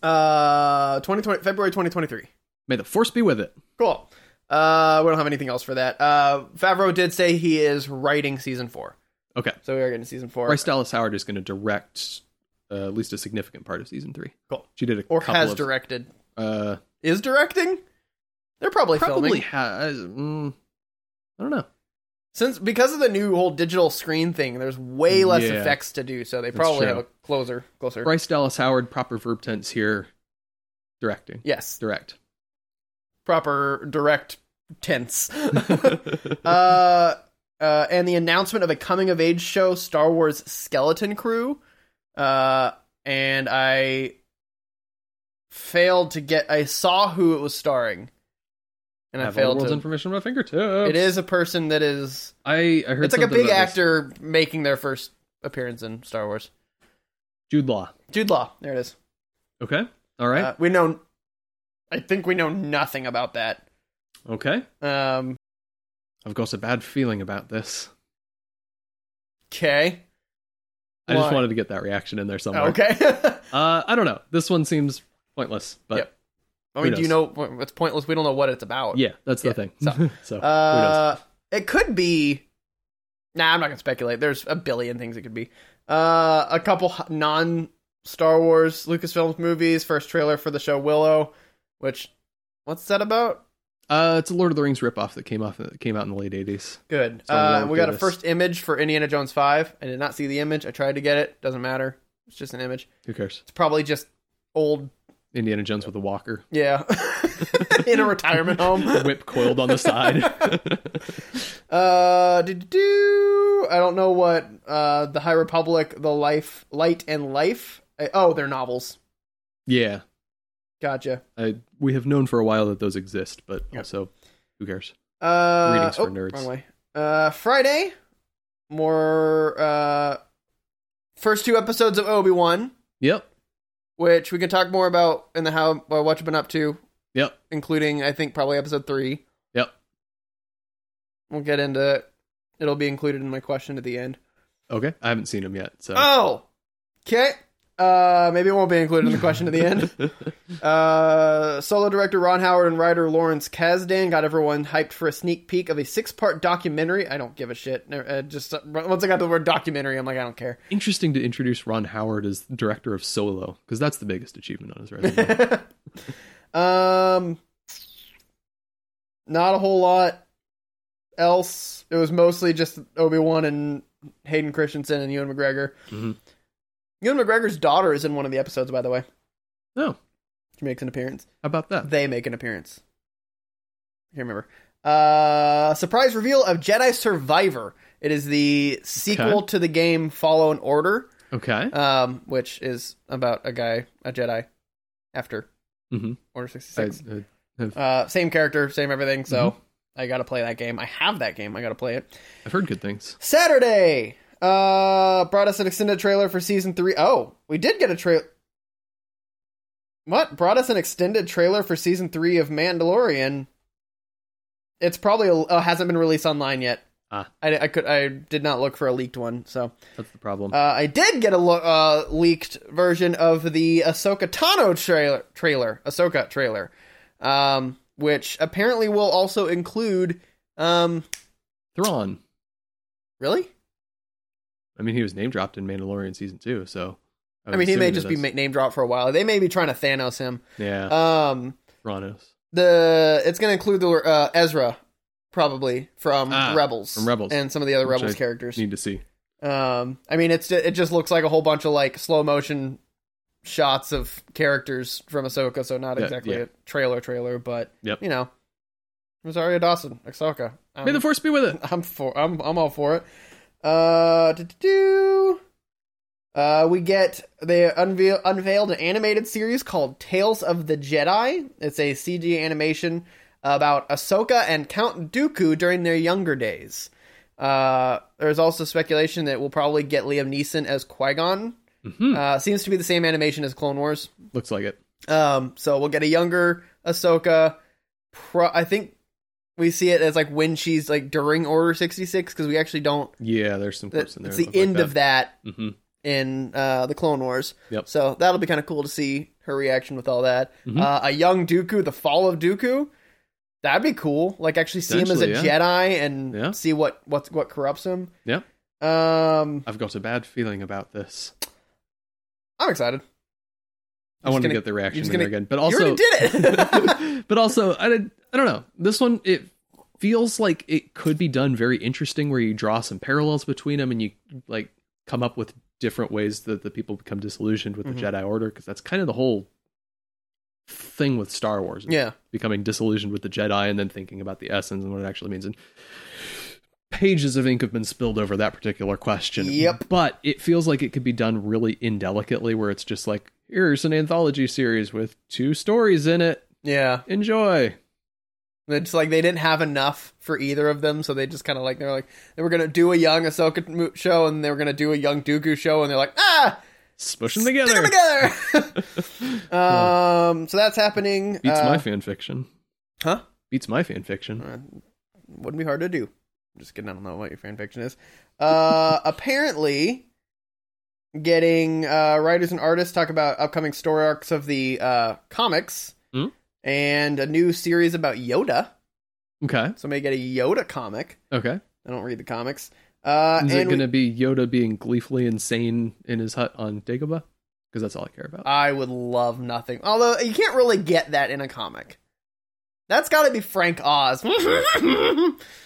Speaker 1: Uh, twenty twenty February twenty twenty three.
Speaker 2: may the force be with it.
Speaker 1: Cool. Uh, we don't have anything else for that. Uh, Favreau did say he is writing season four,
Speaker 2: Okay,
Speaker 1: so we are getting season four.
Speaker 2: Bryce Dallas Howard is going to direct uh, at least a significant part of season three.
Speaker 1: Cool.
Speaker 2: She did a
Speaker 1: or
Speaker 2: couple
Speaker 1: has
Speaker 2: of,
Speaker 1: directed.
Speaker 2: Uh,
Speaker 1: Is directing? They're probably,
Speaker 2: probably
Speaker 1: filming
Speaker 2: has. Mm, I don't know.
Speaker 1: since because of the new whole digital screen thing. There's way less
Speaker 2: Yeah.
Speaker 1: effects to do, so they probably
Speaker 2: true.
Speaker 1: have a closer, closer.
Speaker 2: Bryce Dallas Howard, proper verb tense here. Directing.
Speaker 1: Yes,
Speaker 2: Direct.
Speaker 1: proper direct tense. uh, uh, and the announcement of a coming of age show, Star Wars Skeleton Crew. Uh, and I failed to get. I saw who it was starring, and I,
Speaker 2: have all the
Speaker 1: failed
Speaker 2: world's
Speaker 1: to.
Speaker 2: information at my fingertips.
Speaker 1: It is a person that is.
Speaker 2: I, I heard
Speaker 1: It's like a
Speaker 2: something
Speaker 1: big
Speaker 2: about this.
Speaker 1: actor making their first appearance in Star Wars.
Speaker 2: Jude Law.
Speaker 1: Jude Law. There it is.
Speaker 2: Okay. All right.
Speaker 1: Uh, we know. I think we know nothing about that.
Speaker 2: okay.
Speaker 1: Um.
Speaker 2: I've got a bad feeling about this.
Speaker 1: Okay.
Speaker 2: I just
Speaker 1: Why?
Speaker 2: wanted to get that reaction in there somewhere.
Speaker 1: Okay.
Speaker 2: Uh, I don't know. This one seems pointless, but
Speaker 1: Yep. I
Speaker 2: Who
Speaker 1: mean, do you know
Speaker 2: knows?
Speaker 1: it's pointless? We don't know what it's about.
Speaker 2: yeah, that's the
Speaker 1: Yeah,
Speaker 2: thing.
Speaker 1: so-
Speaker 2: So,
Speaker 1: Uh, it could be. Nah, I'm not gonna speculate. There's a billion things it could be. Uh, a couple non Star Wars Lucasfilm movies. First trailer for the show Willow, which what's that about?
Speaker 2: who knows? Uh, it's a Lord of the Rings ripoff that came off that came out in the late eighties.
Speaker 1: Good.
Speaker 2: It's on
Speaker 1: Uh,
Speaker 2: Warner
Speaker 1: we got a
Speaker 2: Bros.
Speaker 1: first image for Indiana Jones Five. I did not see the image. I tried to get it. Doesn't matter. It's just an image.
Speaker 2: Who cares?
Speaker 1: It's probably just old.
Speaker 2: Indiana Jones with a walker,
Speaker 1: Yeah, in a retirement home.
Speaker 2: whip coiled on the side.
Speaker 1: Uh, do, do, do. I don't know what uh the High Republic, the Life, Light and Life. I, oh, they're novels.
Speaker 2: yeah.
Speaker 1: Gotcha.
Speaker 2: I we have known for a while that those exist, but
Speaker 1: Yeah.
Speaker 2: also who cares?
Speaker 1: Uh,
Speaker 2: Readings for
Speaker 1: oh,
Speaker 2: nerds.
Speaker 1: Wrong way. Uh, Friday. More uh, first two episodes of Obi Wan,
Speaker 2: Yep.
Speaker 1: which we can talk more about in the how uh, what you've been up to,
Speaker 2: Yep.
Speaker 1: including I think probably episode three.
Speaker 2: Yep.
Speaker 1: We'll get into it. It'll be included in my question at the end.
Speaker 2: Okay. I haven't seen them yet, so
Speaker 1: Oh, okay. Uh, maybe it won't be included in the question at the end. Uh, solo director Ron Howard and writer Lawrence Kasdan got everyone hyped for a sneak peek of a six-part documentary. I don't give a shit. Never- Uh, just uh, once I got the word documentary, I'm like, I don't care.
Speaker 2: Interesting to introduce Ron Howard as director of Solo because that's the biggest achievement on his resume.
Speaker 1: um, not a whole lot else. It was mostly just Obi Wan and Hayden Christensen and Ewan McGregor.
Speaker 2: Mhm.
Speaker 1: Ewan McGregor's daughter is in one of the episodes, by the way.
Speaker 2: Oh.
Speaker 1: she makes an appearance.
Speaker 2: How about that?
Speaker 1: They make an appearance. I can't remember. Uh, surprise reveal of Jedi Survivor. It is the sequel
Speaker 2: Okay.
Speaker 1: to the game Follow and Order,
Speaker 2: Okay.
Speaker 1: um, which is about a guy, a Jedi, after
Speaker 2: Mhm.
Speaker 1: Order
Speaker 2: I,
Speaker 1: 66.
Speaker 2: I-
Speaker 1: Uh, same character, same everything, so I gotta play that game. I have that game, I gotta play it.
Speaker 2: I've heard good things.
Speaker 1: Saturday uh, brought us an extended trailer for season three. Oh, we did get a trailer. What brought us an extended trailer for season three of Mandalorian? It's probably oh, hasn't been released online yet.
Speaker 2: Ah.
Speaker 1: I, I could I did not look for a leaked one. So
Speaker 2: That's the problem.
Speaker 1: uh, I did get a lo- uh, leaked version of the Ahsoka Tano trailer trailer Ahsoka trailer, um, which apparently will also include. Um,
Speaker 2: Thrawn.
Speaker 1: really?
Speaker 2: I mean, he was name dropped in Mandalorian season two, so
Speaker 1: I mean, he may just be
Speaker 2: made.
Speaker 1: name dropped for a while. They may be trying to Thanos him.
Speaker 2: yeah.
Speaker 1: Um,
Speaker 2: Thranos.
Speaker 1: the it's going to include the uh, Ezra probably from
Speaker 2: Ah,
Speaker 1: Rebels,
Speaker 2: from Rebels.
Speaker 1: and some of the other
Speaker 2: Which
Speaker 1: Rebels
Speaker 2: I
Speaker 1: characters.
Speaker 2: Need to see.
Speaker 1: Um, I mean, it's it just looks like a whole bunch of like slow motion shots of characters from Ahsoka, so not
Speaker 2: Yeah,
Speaker 1: exactly
Speaker 2: yeah.
Speaker 1: a trailer trailer, but
Speaker 2: Yep.
Speaker 1: you know, Rosario Dawson, Ahsoka. I'm,
Speaker 2: May the force be with it.
Speaker 1: I'm for I'm I'm all for it. Uh, do uh, we get they unveil unveiled an animated series called Tales of the Jedi. It's a CG animation about Ahsoka and Count Dooku during their younger days. Uh, there's also speculation that we'll probably get Liam Neeson as Qui Gon.
Speaker 2: Mhm.
Speaker 1: Uh, seems to be the same animation as Clone Wars.
Speaker 2: Looks like it.
Speaker 1: Um, so we'll get a younger Ahsoka. Pro- I think we see it as like when she's like during Order sixty six because we actually don't.
Speaker 2: Yeah, there's some clips
Speaker 1: That,
Speaker 2: in there.
Speaker 1: it's the end of that
Speaker 2: that. hmm
Speaker 1: in uh, the Clone Wars.
Speaker 2: Yep.
Speaker 1: So that'll be kind of cool to see her reaction with all that.
Speaker 2: Mhm.
Speaker 1: Uh, a young Dooku, the fall of Dooku. That'd be cool. Like actually see him as a
Speaker 2: Potentially,
Speaker 1: Jedi and
Speaker 2: Yeah.
Speaker 1: see what what what corrupts him.
Speaker 2: Yeah.
Speaker 1: Um,
Speaker 2: I've got a bad feeling about this.
Speaker 1: I'm excited.
Speaker 2: I
Speaker 1: Just
Speaker 2: want to
Speaker 1: gonna-
Speaker 2: get the reaction
Speaker 1: just
Speaker 2: in there
Speaker 1: gonna-
Speaker 2: again, but
Speaker 1: you
Speaker 2: also
Speaker 1: already did it.
Speaker 2: but also I, did, I don't know this one it feels like it could be done very interesting where you draw some parallels between them and you like come up with different ways that the people become disillusioned with
Speaker 1: Mhm.
Speaker 2: the jedi order because that's kind of the whole thing with star wars is
Speaker 1: yeah.
Speaker 2: becoming disillusioned with the jedi and then thinking about the essence and what it actually means and pages of ink have been spilled over that particular question
Speaker 1: Yep.
Speaker 2: but it feels like it could be done really indelicately where it's just like here's an anthology series with two stories in it
Speaker 1: Yeah.
Speaker 2: enjoy
Speaker 1: It's like they didn't have enough for either of them, so they just kind of like they're like they were gonna do a young Ahsoka mo- show and they were gonna do a young Dooku show, and they're like ah,
Speaker 2: Smush them
Speaker 1: stick 'em
Speaker 2: together.
Speaker 1: together. um, so that's happening.
Speaker 2: Beats
Speaker 1: Uh,
Speaker 2: my fan fiction.
Speaker 1: huh?
Speaker 2: Beats my fan fiction.
Speaker 1: Uh, wouldn't be hard to do. I'm just kidding. I don't know what your fan fiction is. Uh, apparently, getting uh, writers and artists talk about upcoming story arcs of the uh, comics
Speaker 2: Hmm?
Speaker 1: and a new series about Yoda.
Speaker 2: Okay.
Speaker 1: So may get a Yoda comic.
Speaker 2: Okay.
Speaker 1: I don't read the comics. Uh,
Speaker 2: Is it
Speaker 1: and we-
Speaker 2: going to be Yoda being gleefully insane in his hut on Dagobah? Because that's all I care about.
Speaker 1: I would love nothing. Although you can't really get that in a comic. That's got to be Frank Oz.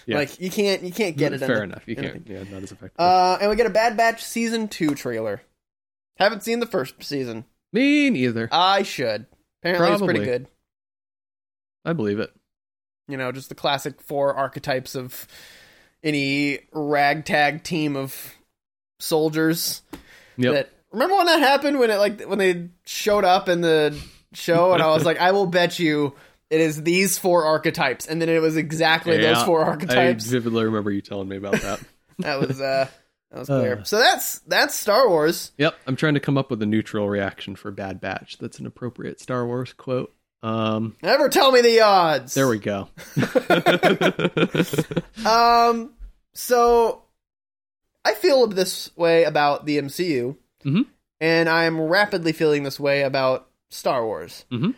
Speaker 1: Like you can't you can't get it.
Speaker 2: Fair
Speaker 1: in
Speaker 2: enough. You
Speaker 1: in the-
Speaker 2: can't. Yeah, not as effective.
Speaker 1: the, uh, and we get a Bad Batch season two trailer. Haven't seen the first season.
Speaker 2: Me neither.
Speaker 1: I should. Apparently it's pretty
Speaker 2: Probably.
Speaker 1: good.
Speaker 2: I believe it.
Speaker 1: You know, just the classic four archetypes of any ragtag team of soldiers.
Speaker 2: Yep.
Speaker 1: that remember when that happened when it like when they showed up in the show and I was like, I will bet you it is these four archetypes, and then it was exactly those
Speaker 2: Yeah,
Speaker 1: four
Speaker 2: I
Speaker 1: archetypes.
Speaker 2: vividly remember you telling me about that.
Speaker 1: that was uh that was clear.
Speaker 2: Uh.
Speaker 1: so that's that's Star Wars.
Speaker 2: yep. I'm trying to come up with a neutral reaction for Bad Batch. That's an appropriate Star Wars quote. Um.
Speaker 1: Never tell me the odds.
Speaker 2: There we go.
Speaker 1: Um so I feel this way about the MCU.
Speaker 2: Mhm.
Speaker 1: And I am rapidly feeling this way about Star Wars.
Speaker 2: Mhm.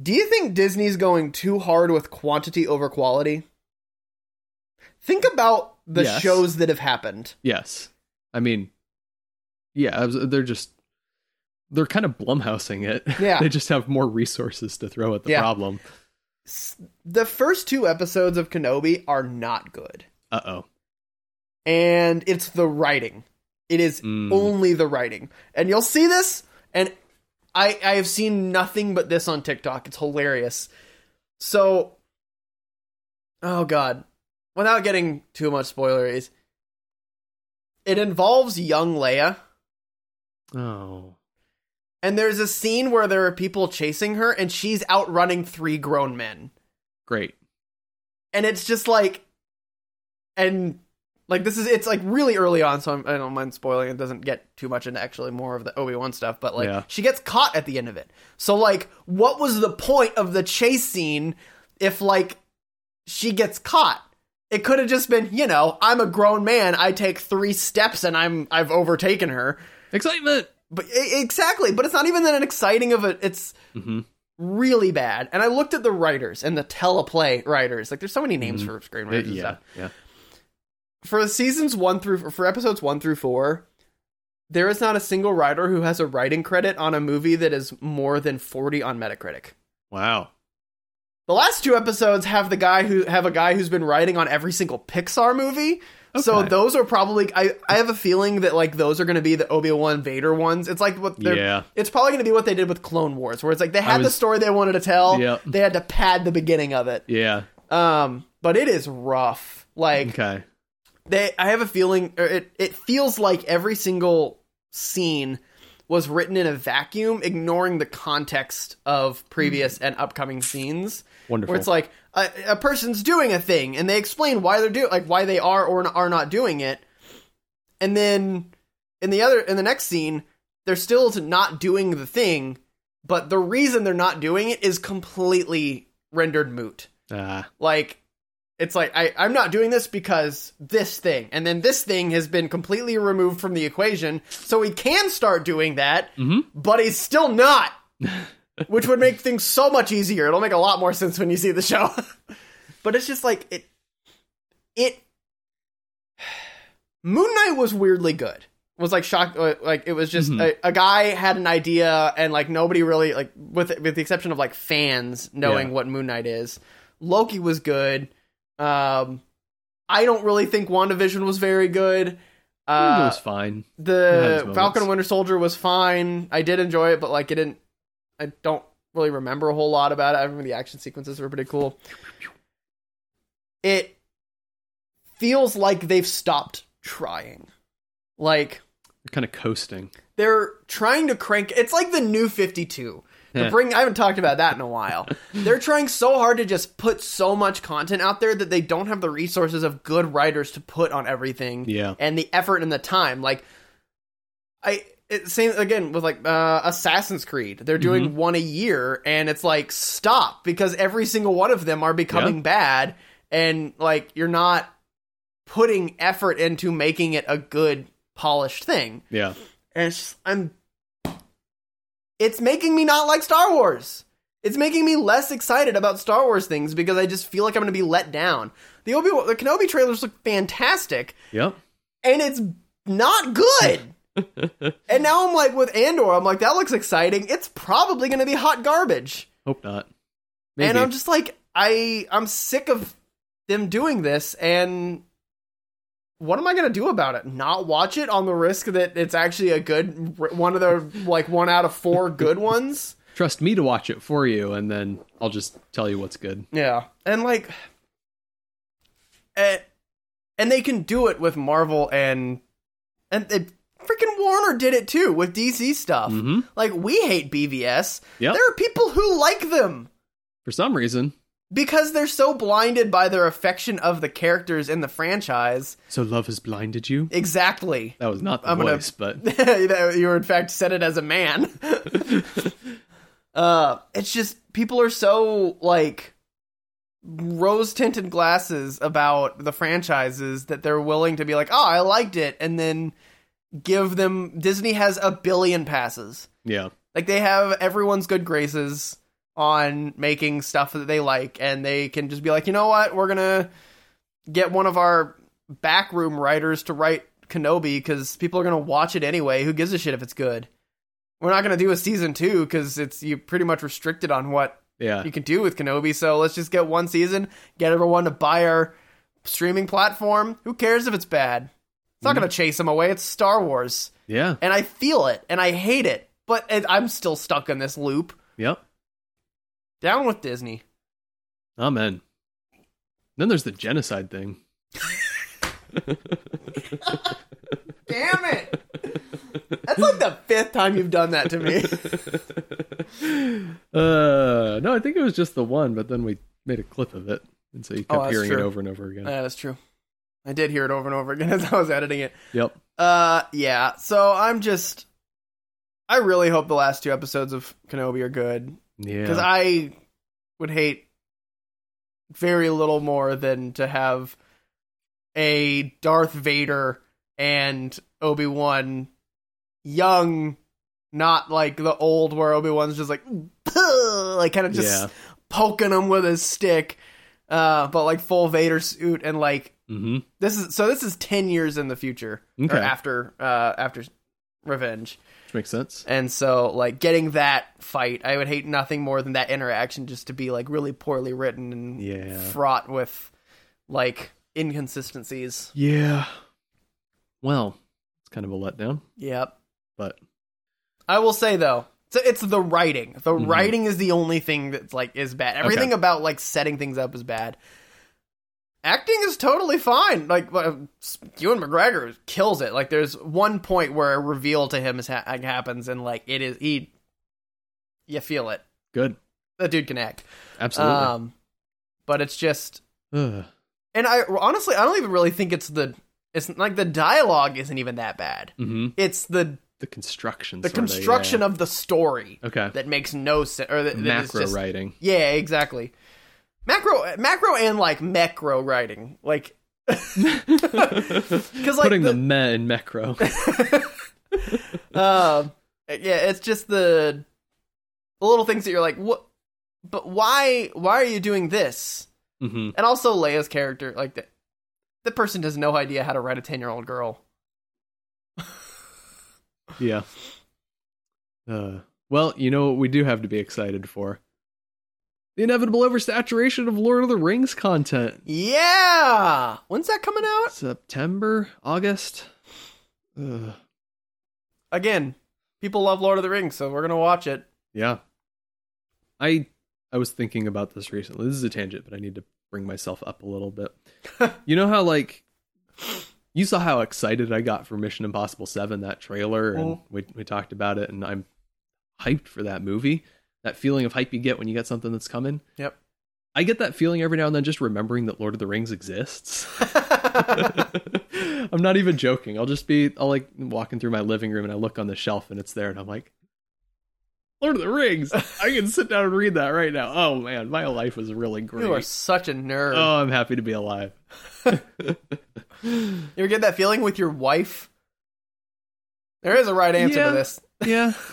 Speaker 1: Do you think Disney's going too hard with quantity over quality? Think about the
Speaker 2: Yes.
Speaker 1: shows that have happened.
Speaker 2: Yes. I mean, yeah, I was- they're just they're kind of blumhousing it.
Speaker 1: Yeah.
Speaker 2: they just have more resources to throw at the
Speaker 1: Yeah.
Speaker 2: problem.
Speaker 1: S- The first two episodes of Kenobi are not good.
Speaker 2: Uh oh.
Speaker 1: And it's the writing. It is
Speaker 2: Mm.
Speaker 1: only the writing. And you'll see this and I I have seen nothing but this on TikTok. It's hilarious. So Oh god. Without getting too much spoileries, it involves young Leia.
Speaker 2: Oh.
Speaker 1: And there's a scene where there are people chasing her and she's outrunning three grown men.
Speaker 2: Great.
Speaker 1: And it's just like and like this is it's like really early on so I'm, I don't mind spoiling it doesn't get too much into actually more of the Obi-Wan stuff but like
Speaker 2: Yeah.
Speaker 1: she gets caught at the end of it. So like what was the point of the chase scene if like she gets caught? It could have just been, you know, I'm a grown man, I take 3 steps and I'm I've overtaken her.
Speaker 2: Excitement.
Speaker 1: But e- exactly, but it's not even that exciting of a it's
Speaker 2: Mhm.
Speaker 1: really bad. And I looked at the writers and the teleplay writers. Like, there's so many names
Speaker 2: Mhm.
Speaker 1: for screenwriters.
Speaker 2: It-
Speaker 1: and
Speaker 2: yeah.
Speaker 1: stuff.
Speaker 2: Yeah.
Speaker 1: For seasons one through for episodes one through four, there is not a single writer who has a writing credit on a movie that is more than 40 on Metacritic.
Speaker 2: Wow.
Speaker 1: The last two episodes have the guy who have a guy who's been writing on every single Pixar movie. So
Speaker 2: Okay.
Speaker 1: those are probably I, I have a feeling that like those are going to be the Obi-Wan Vader ones. It's like what they're
Speaker 2: Yeah.
Speaker 1: it's probably going to be what they did with Clone Wars where it's like they
Speaker 2: I
Speaker 1: had the
Speaker 2: was-
Speaker 1: story they wanted to tell.
Speaker 2: Yep.
Speaker 1: They had to pad the beginning of it.
Speaker 2: Yeah.
Speaker 1: Um but it is rough. Like
Speaker 2: Okay.
Speaker 1: they I have a feeling or it it feels like every single scene was written in a vacuum ignoring the context of previous and upcoming scenes
Speaker 2: Wonderful.
Speaker 1: where it's like a, a person's doing a thing and they explain why they're doing like why they are or are not doing it and then in the other in the next scene they're still to not doing the thing but the reason they're not doing it is completely rendered moot
Speaker 2: ah,
Speaker 1: like it's like I, i'm not doing this because this thing and then this thing has been completely removed from the equation so he can start doing that
Speaker 2: Mhm.
Speaker 1: but he's still not which would make things so much easier it'll make a lot more sense when you see the show but it's just like it it moon knight was weirdly good was like shock uh, like it was just
Speaker 2: Mhm.
Speaker 1: a, a guy had an idea and like nobody really like with with the exception of like fans knowing
Speaker 2: Yeah.
Speaker 1: what moon knight is Loki was good. Um, I don't really think WandaVision was very good.
Speaker 2: it
Speaker 1: Uh,
Speaker 2: was fine. had its
Speaker 1: the
Speaker 2: moments.
Speaker 1: Falcon and Winter Soldier was fine. I did enjoy it, but like it didn't. I don't really remember a whole lot about it. I remember the action sequences were pretty cool. It feels like they've stopped trying. Like
Speaker 2: Kind of coasting.
Speaker 1: they're trying to crank. It's like the new Fifty Two. To
Speaker 2: Yeah.
Speaker 1: bring, I haven't talked about that in a while. They're trying so hard to just put so much content out there that they don't have the resources of good writers to put on everything
Speaker 2: Yeah.
Speaker 1: and the effort and the time. Like, I it same again with like uh, Assassin's Creed. They're doing
Speaker 2: Mm-hmm.
Speaker 1: one a year, and it's like stop because every single one of them are becoming bad, and like you're not putting effort into making it a good polished thing.
Speaker 2: Yeah.
Speaker 1: And it's just, I'm. It's making me not like Star Wars. It's making me less excited about Star Wars things because I just feel like I'm going to be let down. The Obi the Kenobi trailers look fantastic,
Speaker 2: Yep.
Speaker 1: and it's not good. and now I'm like with Andor, I'm like that looks exciting. It's probably going to be hot garbage,
Speaker 2: Hope not. Maybe.
Speaker 1: and I'm just like I I'm sick of them doing this. And what am I going to do about it? Not watch it on the risk that it's actually a good one of the like one out of four good ones.
Speaker 2: Trust me to watch it for you, and then I'll just tell you what's good.
Speaker 1: Yeah, and like, eh, and they can do it with Marvel and and they, freaking Warner did it too with DC stuff.
Speaker 2: Mhm.
Speaker 1: Like we hate BVS.
Speaker 2: Yep.
Speaker 1: There are people who like them
Speaker 2: For some reason,
Speaker 1: because they're so blinded by their affection of the characters in the franchise.
Speaker 2: so love has blinded you.
Speaker 1: Exactly.
Speaker 2: That was not the
Speaker 1: I'm gonna-
Speaker 2: voice, but
Speaker 1: you were in fact said it as a man. uh, it's just people are so like rose tinted glasses about the franchises that they're willing to be like, oh, I liked it, and then give them. Disney has a billion passes.
Speaker 2: yeah,
Speaker 1: Like they have everyone's good graces on making stuff that they like, and they can just be like, you know what, we're gonna get one of our backroom writers to write Kenobi because people are gonna watch it anyway. Who gives a shit if it's good? We're not gonna do a season two because it's you pretty much restricted on what
Speaker 2: yeah,
Speaker 1: you can do with Kenobi. So let's just get one season, get everyone to buy our streaming platform. Who cares if it's bad? It's not gonna chase them away. It's Star Wars
Speaker 2: yeah,
Speaker 1: and I feel it and I hate it, but it, I'm still stuck in this loop.
Speaker 2: yep.
Speaker 1: Down with Disney.
Speaker 2: Amen. Then there's the genocide thing.
Speaker 1: Damn it! That's like the fifth time you've done that to me.
Speaker 2: Uh, no, I think it was just the one, but then we made a clip of it, and so you
Speaker 1: Oh,
Speaker 2: kept
Speaker 1: that's
Speaker 2: hearing it
Speaker 1: true. Uh,
Speaker 2: over and over again.
Speaker 1: Yeah, that's true. I did hear it over and over again as I was editing it.
Speaker 2: yep.
Speaker 1: Uh, yeah. So I'm just, I really hope the last two episodes of Kenobi are good
Speaker 2: Yeah.
Speaker 1: because I would hate very little more than to have a Darth Vader and Obi Wan young, not like the old where Obi Wan's just like "Puh," like kind of just
Speaker 2: yeah.
Speaker 1: poking him with his stick, uh, but like full Vader suit and like
Speaker 2: Mm-hmm.
Speaker 1: this is so this is ten years in the future
Speaker 2: Okay.
Speaker 1: or after uh, after revenge.
Speaker 2: which makes sense.
Speaker 1: And so, like, getting that fight, I would hate nothing more than that interaction just to be, like, really poorly written and
Speaker 2: Yeah.
Speaker 1: fraught with, like, inconsistencies.
Speaker 2: Yeah. Well, it's kind of a letdown,
Speaker 1: Yep.
Speaker 2: but
Speaker 1: I will say, though, so it's the writing. The
Speaker 2: Mhm.
Speaker 1: writing is the only thing that's, like, is bad. Everything about, like, setting things up is bad. Acting is totally fine. Like, uh, Ewan McGregor kills it. Like, there's one point where a reveal to him is ha- happens, and, like, it is, he, you feel it.
Speaker 2: good.
Speaker 1: That dude can act.
Speaker 2: Absolutely.
Speaker 1: Um, but it's just,
Speaker 2: Ugh.
Speaker 1: and I honestly, I don't even really think it's the. It's like the dialogue isn't even that bad.
Speaker 2: Mhm.
Speaker 1: It's the
Speaker 2: The construction.
Speaker 1: the
Speaker 2: sorta,
Speaker 1: construction
Speaker 2: yeah.
Speaker 1: of the story
Speaker 2: okay
Speaker 1: that makes no sense, or that, that is
Speaker 2: macro
Speaker 1: just
Speaker 2: writing.
Speaker 1: yeah, exactly. Macro, macro, and like macro writing, like
Speaker 2: Because
Speaker 1: like,
Speaker 2: putting the,
Speaker 1: the-
Speaker 2: meh in macro.
Speaker 1: um, yeah, it's just the the little things that you're like, what? But why? Why are you doing this?
Speaker 2: hmm
Speaker 1: And also Leia's character, like the, the person has no idea how to write a ten year old girl.
Speaker 2: Yeah. Uh, well, you know what we do have to be excited for? The inevitable oversaturation of Lord of the Rings content.
Speaker 1: Yeah. When's that coming out?
Speaker 2: September, August. Ugh.
Speaker 1: Again, people love Lord of the Rings, so we're gonna watch it.
Speaker 2: Yeah. I I was thinking about this recently. This is a tangent, but I need to bring myself up a little bit. you know how like you saw how excited I got for Mission Impossible 7 that trailer and
Speaker 1: Mhm.
Speaker 2: we we talked about it and I'm hyped for that movie. That feeling of hype you get when you get something that's coming.
Speaker 1: Yep.
Speaker 2: I get that feeling every now and then just remembering that Lord of the Rings exists. I'm not even joking. I'll just be I'll like walking through my living room and I look on the shelf and it's there and I'm like Lord of the Rings. I can sit down and read that right now. Oh man, my life is really great.
Speaker 1: you are such a nerd.
Speaker 2: Oh, I'm happy to be alive.
Speaker 1: you ever get that feeling with your wife? There is a right answer
Speaker 2: Yeah.
Speaker 1: to this.
Speaker 2: yeah.
Speaker 1: That's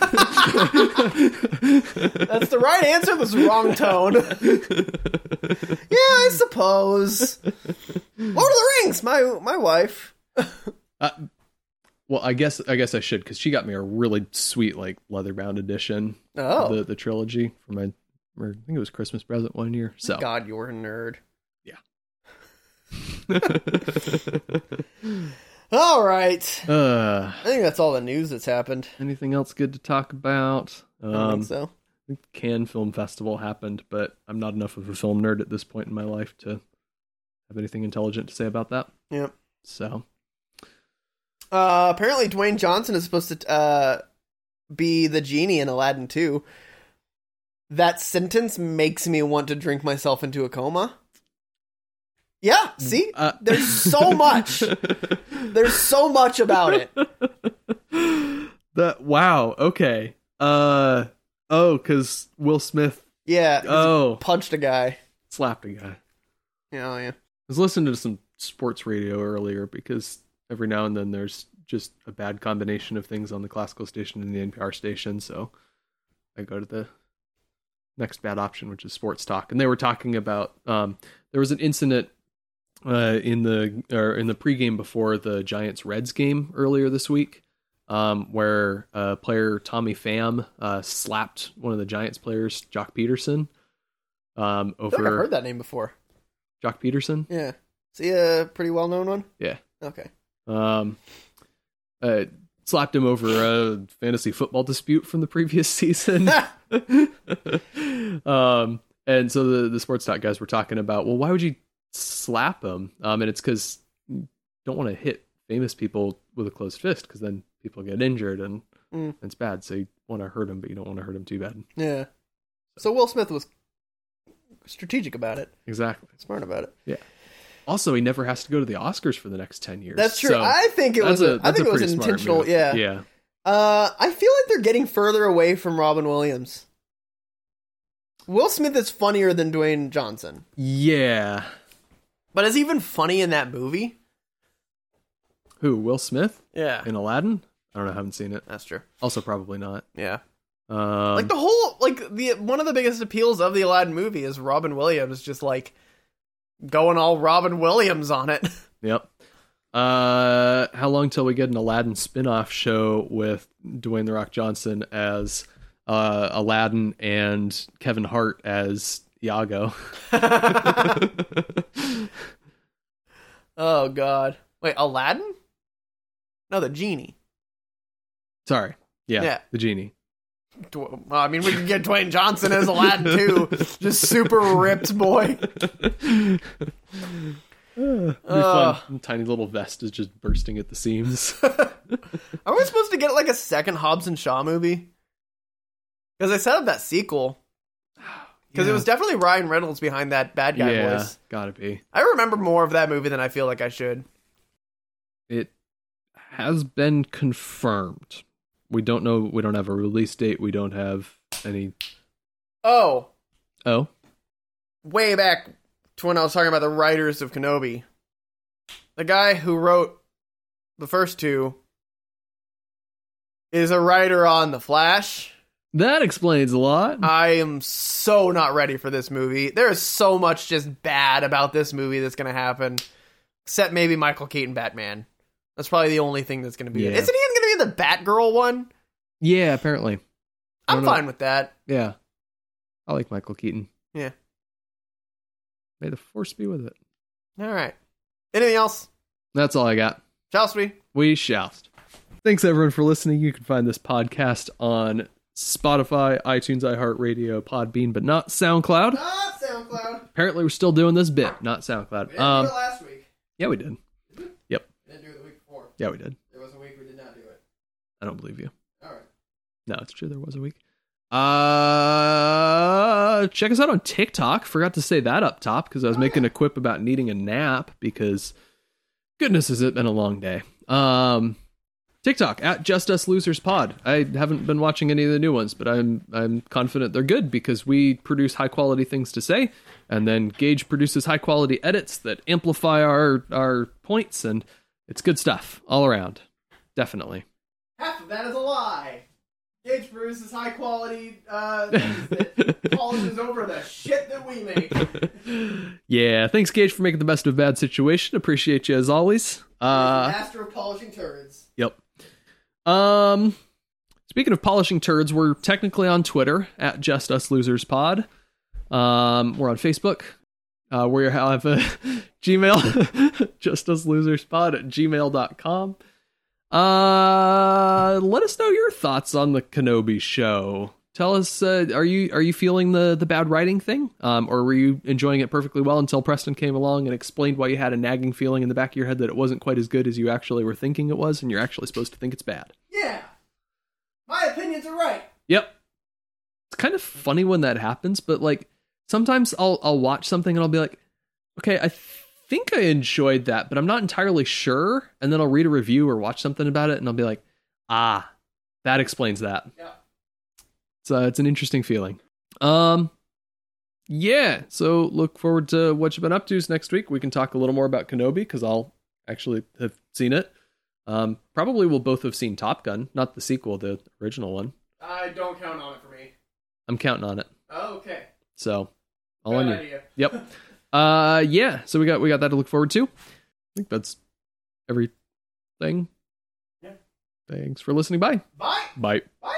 Speaker 1: the right answer. This wrong tone. yeah, I suppose. Lord of the Rings. My my wife.
Speaker 2: well, I guess I guess I should cuz she got me a really sweet like leatherbound edition of
Speaker 1: Oh
Speaker 2: the the trilogy for my or I think it was Christmas present one year. So
Speaker 1: God, you're a nerd. All right.
Speaker 2: uh
Speaker 1: I think that's all the news that's happened.
Speaker 2: anything else good to talk about?
Speaker 1: I don't
Speaker 2: Um
Speaker 1: think so.
Speaker 2: Cannes Film Festival happened, but I'm not enough of a film nerd at this point in my life to have anything intelligent to say about that.
Speaker 1: Yep.
Speaker 2: So
Speaker 1: Uh, apparently, Dwayne Johnson is supposed to uh, be the genie in Aladdin 2. That sentence makes me want to drink myself into a coma. Yeah, see?
Speaker 2: uh,
Speaker 1: There's so much. There's so much about it.
Speaker 2: that wow. Okay. Uh oh, because Will Smith.
Speaker 1: Yeah. 'cause he
Speaker 2: Oh,
Speaker 1: Punched a guy.
Speaker 2: slapped a guy.
Speaker 1: Yeah, oh, yeah.
Speaker 2: I was listening to some sports radio earlier because every now and then there's just a bad combination of things on the classical station and the NPR station. So I go to the next bad option, which is sports talk. And they were talking about um, there was an incident uh, in the or in the pregame before the Giants Reds game earlier this week, um, where uh, player Tommy Pham uh, slapped one of the Giants players, Jock Peterson, um,
Speaker 1: I feel like I've
Speaker 2: over
Speaker 1: heard that name before.
Speaker 2: Jock Peterson.
Speaker 1: Yeah. Is he a pretty well known one?
Speaker 2: Yeah.
Speaker 1: Okay.
Speaker 2: um, uh, slapped him over a fantasy football dispute from the previous season. um, and so the, the sports talk guys were talking about, well, why would you slap him? Um, and it's because you don't want to hit famous people with a closed fist because then people get injured and
Speaker 1: Mm.
Speaker 2: it's bad. So you want to hurt him, but you don't want to hurt him too bad.
Speaker 1: Yeah. So Will Smith was strategic about it,
Speaker 2: Exactly.
Speaker 1: smart about it.
Speaker 2: Also, he never has to go to the Oscars for the next 10 years.
Speaker 1: That's true.
Speaker 2: So
Speaker 1: I think it was.
Speaker 2: that's a-
Speaker 1: A, I
Speaker 2: that's
Speaker 1: think
Speaker 2: a
Speaker 1: it was
Speaker 2: pretty smart
Speaker 1: intentional.
Speaker 2: move.
Speaker 1: Yeah.
Speaker 2: Yeah.
Speaker 1: Uh, I feel like they're getting further away from Robin Williams. Will Smith is funnier than Dwayne Johnson,
Speaker 2: Yeah.
Speaker 1: but is he even funny in that movie?
Speaker 2: Who? Will Smith?
Speaker 1: Yeah,
Speaker 2: in Aladdin. I don't know. I haven't seen it.
Speaker 1: that's true.
Speaker 2: Also, probably not.
Speaker 1: Yeah,
Speaker 2: Um,
Speaker 1: like the whole like the one of the biggest appeals of the Aladdin movie is Robin Williams just like going all Robin Williams on it.
Speaker 2: yep. Uh, Uh, how long till we get an Aladdin spin-off show with Dwayne the Rock Johnson as uh, Aladdin and Kevin Hart as Iago?
Speaker 1: oh god. Wait, Aladdin? No, the genie.
Speaker 2: Sorry. Yeah,
Speaker 1: Yeah.
Speaker 2: the genie.
Speaker 1: Dw- Well, I mean, we can get Dwayne Johnson as Aladdin too. Just super ripped boy.
Speaker 2: It'd be
Speaker 1: Ugh.
Speaker 2: fun. Tiny little vest is just bursting at the seams.
Speaker 1: Are we supposed to get like a second Hobbs and Shaw movie? Because they set up that sequel. Because
Speaker 2: Yeah.
Speaker 1: it was definitely Ryan Reynolds behind that bad guy
Speaker 2: yeah,
Speaker 1: voice.
Speaker 2: gotta be.
Speaker 1: I remember more of that movie than I feel like I should.
Speaker 2: It has been confirmed. We don't know. We don't have a release date. We don't have any.
Speaker 1: Oh,
Speaker 2: Oh,
Speaker 1: way back to when I was talking about the writers of Kenobi. The guy who wrote the first two is a writer on The Flash.
Speaker 2: that explains a lot.
Speaker 1: I am so not ready for this movie. There is so much just bad about this movie that's going to happen, except maybe Michael Keaton Batman. That's probably the only thing that's going to be. in
Speaker 2: Yeah.
Speaker 1: it. Isn't he even going to be in the Batgirl one?
Speaker 2: yeah, apparently. I
Speaker 1: I'm
Speaker 2: don't know.
Speaker 1: fine with that.
Speaker 2: Yeah, I like Michael Keaton.
Speaker 1: Yeah.
Speaker 2: May the force be with it.
Speaker 1: All right. Anything else?
Speaker 2: That's all I got.
Speaker 1: Chelsea?
Speaker 2: We shall. Thanks everyone for listening. You can find this podcast on Spotify, iTunes, iHeartRadio, Podbean, but not SoundCloud.
Speaker 1: Not Uh, SoundCloud.
Speaker 2: Apparently, we're still doing this bit, not SoundCloud. Um,
Speaker 1: last week.
Speaker 2: yeah, we did.
Speaker 1: We didn't do it the week before.
Speaker 2: Yeah, we did.
Speaker 1: There was a week we did not do it.
Speaker 2: I don't believe you.
Speaker 1: All right.
Speaker 2: No, it's true. There was a week. Uh, check us out on TikTok. Forgot to say that up top because I was making a quip about needing a nap because goodness, has it been a long day. Um, TikTok at Just Us Losers Pod. I haven't been watching any of the new ones, but I'm I'm confident they're good because we produce high quality things to say, and then Gage produces high quality edits that amplify our our points, and it's good stuff all around. Definitely.
Speaker 1: Half of that is a lie. Gage Bruce is high quality uh, things that polishes over the shit that we make.
Speaker 2: yeah, thanks, Gage, for making the best of a bad situation. Appreciate you as always. Uh,
Speaker 1: Master of polishing turds.
Speaker 2: yep. Um, speaking of polishing turds, we're technically on Twitter at Just Us Losers Pod. Um, we're on Facebook. Uh, we have a Gmail, Just Us Losers Pod at gmail.com. Uh, let us know your thoughts on the Kenobi show. Tell us, uh, are you are you feeling the the bad writing thing, um, or were you enjoying it perfectly well until Preston came along and explained why you had a nagging feeling in the back of your head that it wasn't quite as good as you actually were thinking it was, and you're actually supposed to think it's bad.
Speaker 1: Yeah. My opinions are right.
Speaker 2: Yep. It's kind of funny when that happens, but like sometimes I'll I'll watch something and I'll be like, okay, I think I enjoyed that, but I'm not entirely sure. And then I'll read a review or watch something about it, and I'll be like, ah, that explains that.
Speaker 1: Yeah.
Speaker 2: So it's an interesting feeling. Um. Yeah, so look forward to what you've been up to next week. We can talk a little more about Kenobi because I'll actually have seen it. Um, probably we'll both have seen Top Gun, not the sequel, the original one.
Speaker 1: I don't count on it for me.
Speaker 2: I'm counting on it.
Speaker 1: okay.
Speaker 2: So all
Speaker 1: Good
Speaker 2: on you.
Speaker 1: idea.
Speaker 2: Yep. Uh yeah, so we got we got that to look forward to. I think that's everything.
Speaker 1: Yeah.
Speaker 2: Thanks for listening. Bye.
Speaker 1: Bye.
Speaker 2: Bye.
Speaker 1: Bye.